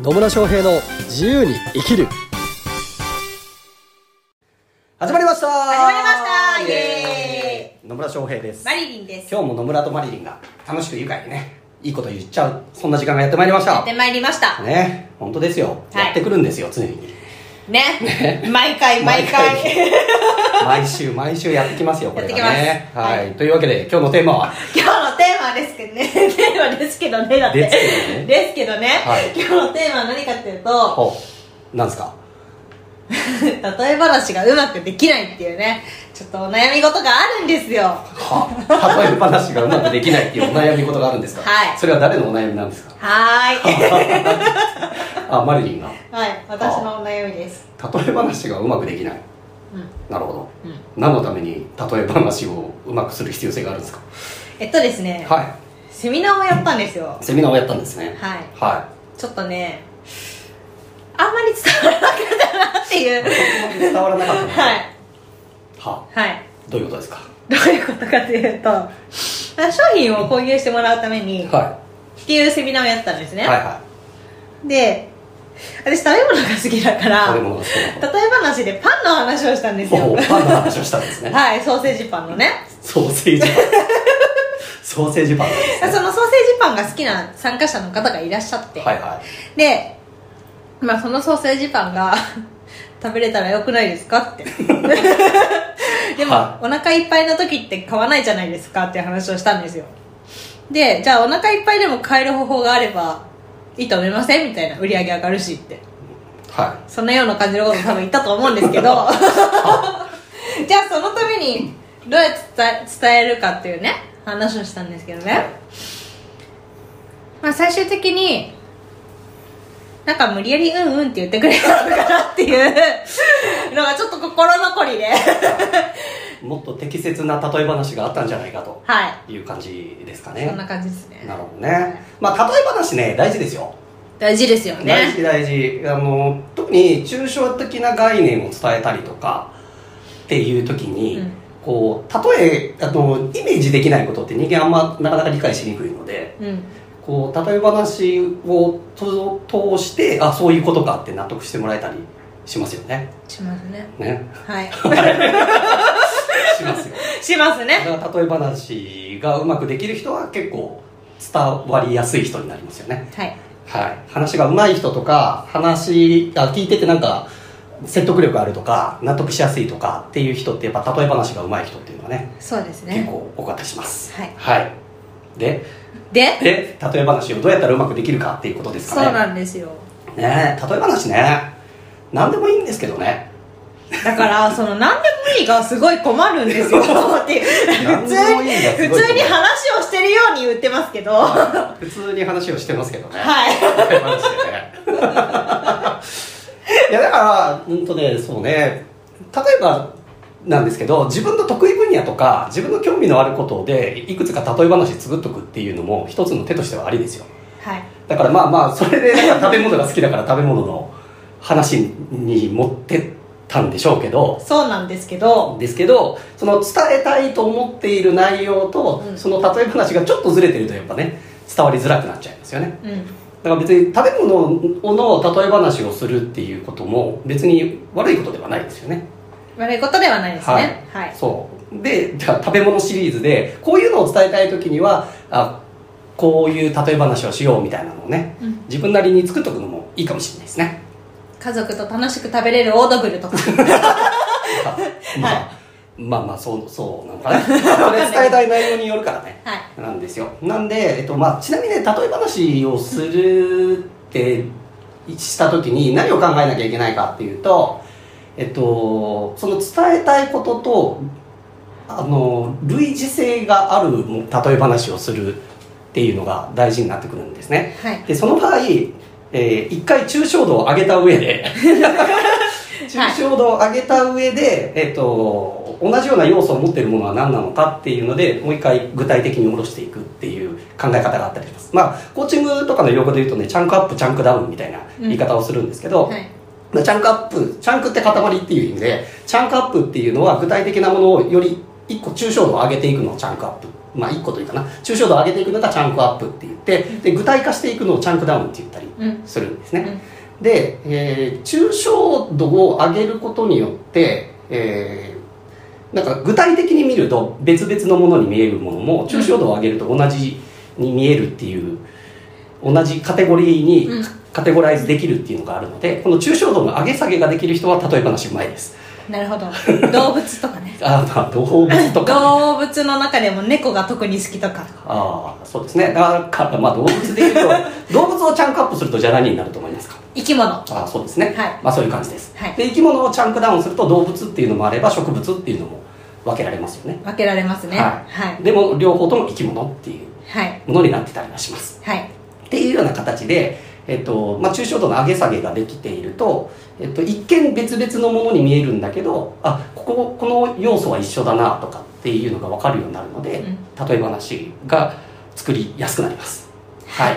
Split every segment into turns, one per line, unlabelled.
野村翔平の自由に生きる始まりました
始まりましたイエ
ーイ野村翔平です
マリリンです。
今日も野村とマリリンが楽しく愉快にねいいこと言っちゃうそんな時間がやってまいりまし
や
た
ってまいりました。
ね本当ですよ、
はい
やってくるんですよ常に
ね。毎回毎
毎
回。
毎週毎週やってきますよこれが
やって
ね
きます
はい、
は
というわけで今日のテーマは
今日のテーマですけどね。 テーマですけどね。だって。
ですけどね
ですけどね
はい
今日のテーマは何かっていうと、
おなんですか
例え話がうまくできないっていうね、ちょっとお悩み事があるんですよ。
は例え話がうまくできないっていうお悩み事があるんですか
はい
それは誰のお悩みなんですか
はーい。
あマリリンが
はい。私のお悩みです。
例え話がうまくできない
うん。
なるほど
うん。
何のために例え話をうまくする必要性があるんですか
えっとですね、
は
セミナーをやったんですよ
い。セミナーをやったんですね
はい。
は
ちょっとね、あんまり伝わらなかったなっ ていう。
い伝わらなかったの
はい。
は
はい。
どういうことですか
どういうことかというとまあ商品を購入してもらうためにっ
は
ていうセミナーをやったんです
い
ね、
はいは
で私食べ物が好きだか
い
ら
食べ
例え
物が好きな
話でパンの話をしたんですよ
おパンの話をしたんですね
はいソーセージパンのね
ソーセージパ ンソーセージパンなんです
その
ね
ソーセージパンが好きな参加者の方がいらっしゃって、
はいは
で、まあ、そのソーセージパンが 食べれたらよくないですかってでも、
は
お腹いっぱいの時って買わないじゃないですかっていう話をしたんですよでじゃあお腹いっぱいでも買える方法があればいいと思いませんみたいな売り上げ上がるしって
いは
そんなような感じのこと多分言ったと思うんですけど じゃあそのためにどうやって伝え伝えるかっていうね話をしたんですけどね、まあ、最終的になんか無理やり「うんうん」って言ってくれたのかなっていうのがちょっと心残りで
いもっと適切な例え話があったんじゃないかと
はい
いう感じですか
そんな
ね
感じですね
なるほどねまあ例え話ね大事ですよ
大事ですよね
大事大事あの特に抽象的な概念を伝えたりとかっていう時に、
うん
こう例えあのイメージできないことって人間あんまなかなか理解しにくいので
うん
こう例え話をと通してあそういうことかって納得してもらえたりしますよね
しますね
ね
はい
しますよ
しますね
だから例え話がうまくできる人は結構伝わりやすい人になりますよね
はい
はい、話が上手い人とか話あ聞いててなんか説得力あるとか納得しやすいとかっていう人ってやっぱ例え話が上手い人っていうのはね
そうですね
結構多かったりします
はい
で
で
で例え話をどうやったらうまくできるかっていうことです
そう
かね
なんですよ
ねえ例え話ね何でもいいんですけどね
だからその何でもいいがすごい困るんですよっていう
何
普
で
通
も
に
いいがすごい困る
普通に話をしてるように言ってますけどは
普通に話をしてますけどね
い
例え話でねいやだからうんとねそうね例えばなんですけど自分の得意分野とか自分の興味のあることでいくつか例え話作っとくっていうのも一つの手としてはありですよ
はい
だからまあまあそれでなんか食べ物が好きだから食べ物の話に持ってったんでしょうけど
そうなんですけど
ですけどその伝えたいと思っている内容と、
うん
その例え話がちょっとずれてるとやっぱね伝わりづらくなっちゃいますよね
うん
だから別に食べ物の例え話をするっていうことも別に悪いことではないですよね。
悪いことではないですねはい、
そうでじゃあ食べ物シリーズでこういうのを伝えたい時にはあこういう例え話をしようみたいなのをね
うん
自分なりに作っとくのもいいかもしれないですね。
家族と楽しく食べれるオードブルとか
まあ、まあまあそうそうなのかなそれ伝えたい内容によるからね。
はい
なんですよなんで、えっとまあ、ちなみにね例え話をするってした時に何を考えなきゃいけないかっていうと、えっと、その伝えたいこととあの類似性があるも例え話をするっていうのが大事になってくるんですね
はい
でその場合、えー一回抽象度を上げた上 で抽象度を上げた上で、えっと同じような要素を持っているものは何なのかっていうのでもう一回具体的に下ろしていくっていう考え方があったりしますまあコーチングとかの用語で言うとねチャンクアップチャンクダウンみたいな言い方をするんですけど、
はい
まあチャンクアップチャンクって塊っていう意味でチャンクアップっていうのは具体的なものをより一個抽象度を上げていくのをチャンクアップまあ一個というかな抽象度を上げていくのがチャンクアップって言ってで具体化していくのをチャンクダウンって言ったり
うん
するんですね、で、えー抽象度を上げることによって、えーなんか具体的に見ると別々のものに見えるものも抽象度を上げると同じに見えるっていう同じカテゴリーに
うん
カテゴライズできるっていうのがあるのでこの抽象度の上げ下げができる人は例え話うまいです
なるほど動物とかね
あーまあ動物とか
動物の中でも猫が特に好きとか
ああそうですねだからまあ動物でいうと 動物をチャンクアップするとじゃあ何になると思いますか
生き物
あそうですね、
はい
まあそういう感じです、
はい
で生き物をチャンクダウンすると動物っていうのもあれば植物っていうのも分けられますよね
分けられますね
は
はい
でも両方とも生き物っていう
はい
ものになってたりはします
はい
っていうような形で、えっとまあ、抽象度の上げ下げができていると、えっと、一見別々のものに見えるんだけどあこここの要素は一緒だなとかっていうのが分かるようになるので、例え話が作りやすくなります。 はい。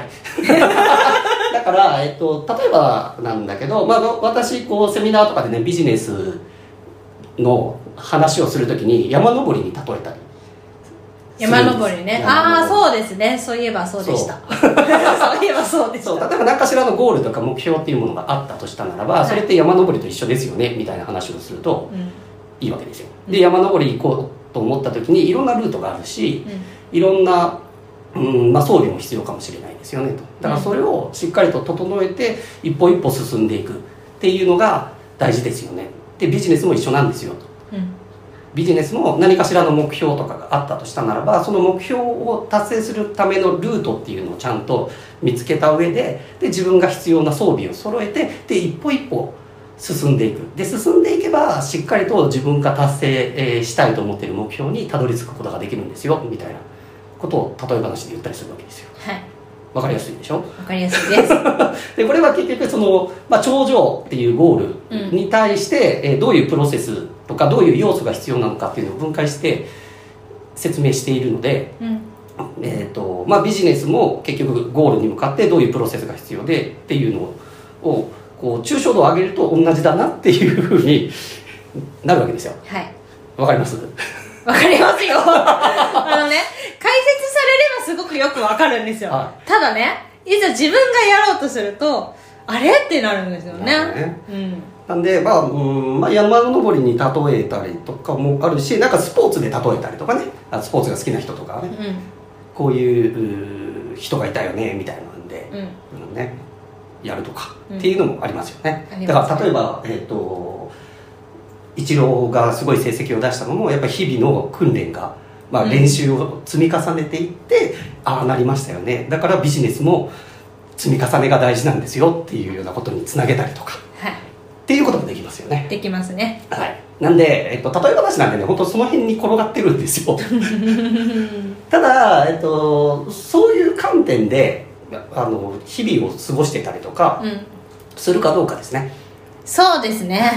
だから、えっと、例えばなんだけど、まああの、私、こう、セミナーとかでね、ビジネスの話をするときに、山登りに例えたり。
山登りねああーそうですねそういえば そうでしたそういえばそうでし
そう
た
例えば何かしらのゴールとか目標っていうものがあったとしたならば、
はい
それって山登りと一緒ですよねみたいな話をすると
うん
いいわけですよ
う
で
ん
山登り行こうと思った時にいろんなルートがあるしいろんな、うんまあ、装備も必要かもしれないですよねとだからそれをしっかりと整えて一歩一歩進んでいくっていうのが大事ですよねでビジネスも一緒なんですよと
うんうん
ビジネスも何かしらの目標とかがあったとしたならばその目標を達成するためのルートっていうのをちゃんと見つけた上でで自分が必要な装備を揃えてで一歩一歩進んでいくで進んでいけばしっかりと自分が達成えーしたいと思っている目標にたどり着くことができるんですよみたいなことを例え話で言ったりするわけですよ
はい
わかりやすいでしょ
わかりやすいです
でこれは結局その、まあ、頂上っていうゴールに対して、えーどういうプロセスとかどういう要素が必要なのかっていうのを分解して説明しているので、
うん
えーとまあ、ビジネスも結局ゴールに向かってどういうプロセスが必要でっていうのをこう抽象度を上げると同じだなっていうふうになるわけですよ。
はい
わかります
わかりますよ あのね解説されればすごくよくわかるんですよ、
は
ただねいざ自分がやろうとするとあれってなるんですよね
なるほどね
うん
なんで、まあうんまあ、山登りに例えたりとかもあるしなんかスポーツで例えたりとかねあスポーツが好きな人とかはね
う
こういううー人がいたよねみたいなんで、
んうん
うんね、やるとか、
うん
っていうのもありますよね
ありますね
だから例えば、えー、とイチローがすごい成績を出したのもやっぱり日々の訓練が、まあ、
うん
練習を積み重ねていって、ああなりましたよねだからビジネスも積み重ねが大事なんですよっていうようなことにつなげたりとか
はい
っていうこともできますよね
できますね
はいなんで、えっと、例え話なんでね本当その辺に転がってるんですよ
うん
ただ、えっと、そういう観点であの日々を過ごしてたりとか
うん
するかどうかですね
そうですね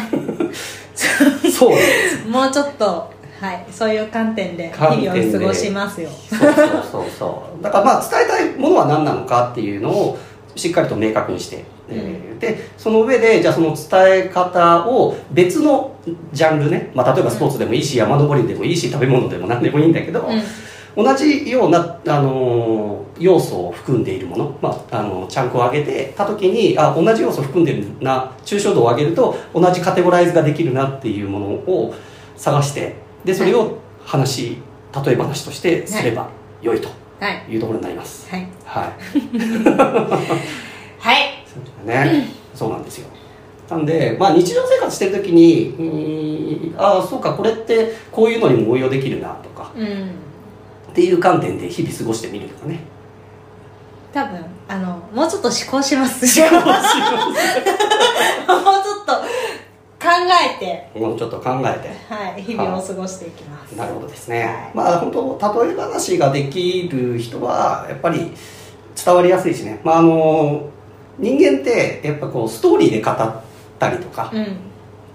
そうです
もうちょっとはいそういう観点で日
観点で
々を過ごしますよ
そうそうそうそうだからまあ伝えたいものは何なのかっていうのをしっかりと明確にして、えーでその上でじゃあその伝え方を別のジャンルね、まあ、例えばスポーツでもいいし、山登りでもいいし食べ物でも何でもいいんだけど、
うん
同じような、あのー要素を含んでいるもの、まああのーチャンクを上げてた時にあ同じ要素を含んでるな抽象度を上げると同じカテゴライズができるなっていうものを探してでそれを話、例え話としてすれば良いと
はい
いうところになります。
はい
はい
はい
そうだね、そうなんですよなんで、まあ、日常生活してる時にうーんああそうかこれってこういうのにも応用できるなとか
うん
っていう観点で日々過ごしてみるとかね
多分あのもうちょっと思考します もうちょっと考えて
もうちょっと考えて
はい日々を過ごしていきます
なるほどですね、
はい
まあ本当例え話ができる人はやっぱり伝わりやすいしね、まあ、あの人間ってやっぱこうストーリーで語ったりとか
うん
っ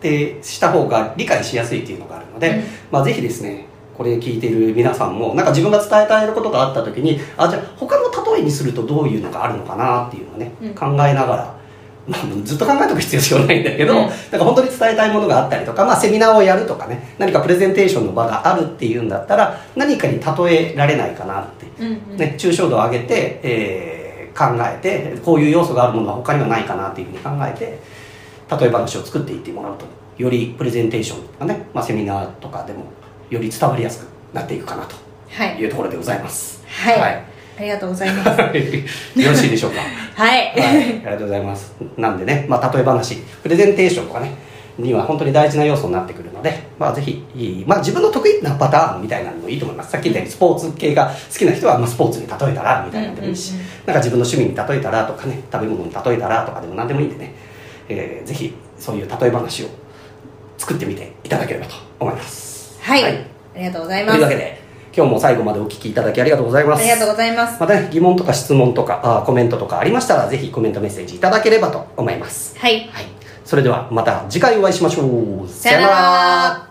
てした方が理解しやすいっていうのがあるので、
うん
まあ、ぜひですねこれ聞いてる皆さんもなんか自分が伝えたいことがあった時にあじゃあ他の例えにするとどういうのがあるのかなっていうのをね、
うん
考えながら、まあ、ずっと考えておく必要性はないんだけど、
う
な
ん
んか本当に伝えたいものがあったりとか、まあ、セミナーをやるとかね何かプレゼンテーションの場があるっていうんだったら何かに例えられないかなって、
うんうん
ね、抽象度を上げて、えで考えてこういう要素があるものは他にはないかなっていうふうに考えて例え話を作っていってもらうとよりプレゼンテーションとかね、まあ、セミナーとかでもより伝わりやすくなっていくかなと
はい
いうところでございます
はい、
はい
ありがとうございます
よろしいでしょうか
は
は
い、
い、ありがとうございます。なんでね、まあ、例え話、プレゼンテーションとかね、には本当に大事な要素になってくるので、まあ、ぜひ、いいまあ、自分の得意なパターンみたいなのもいいと思います。さっき言ったように、スポーツ系が好きな人は、まあ、スポーツに例えたら、みたいなのでもいいし、
うんうんうん
なんか自分の趣味に例えたらとかね、食べ物に例えたらとかでも何でもいいんでね、えーぜひ、そういう例え話を作ってみていただければと思います。
はい
はい
ありがとうござい
と
ます
いうわけで、今日も最後までお聞きいただきありがとうございま
あ
す。
りがとうございます
また、ね、疑問とか質問とかあーコメントとかありましたらぜひコメントメッセージいただければと思います、
はい
はい、それではまた次回お会いしましょう
さよなら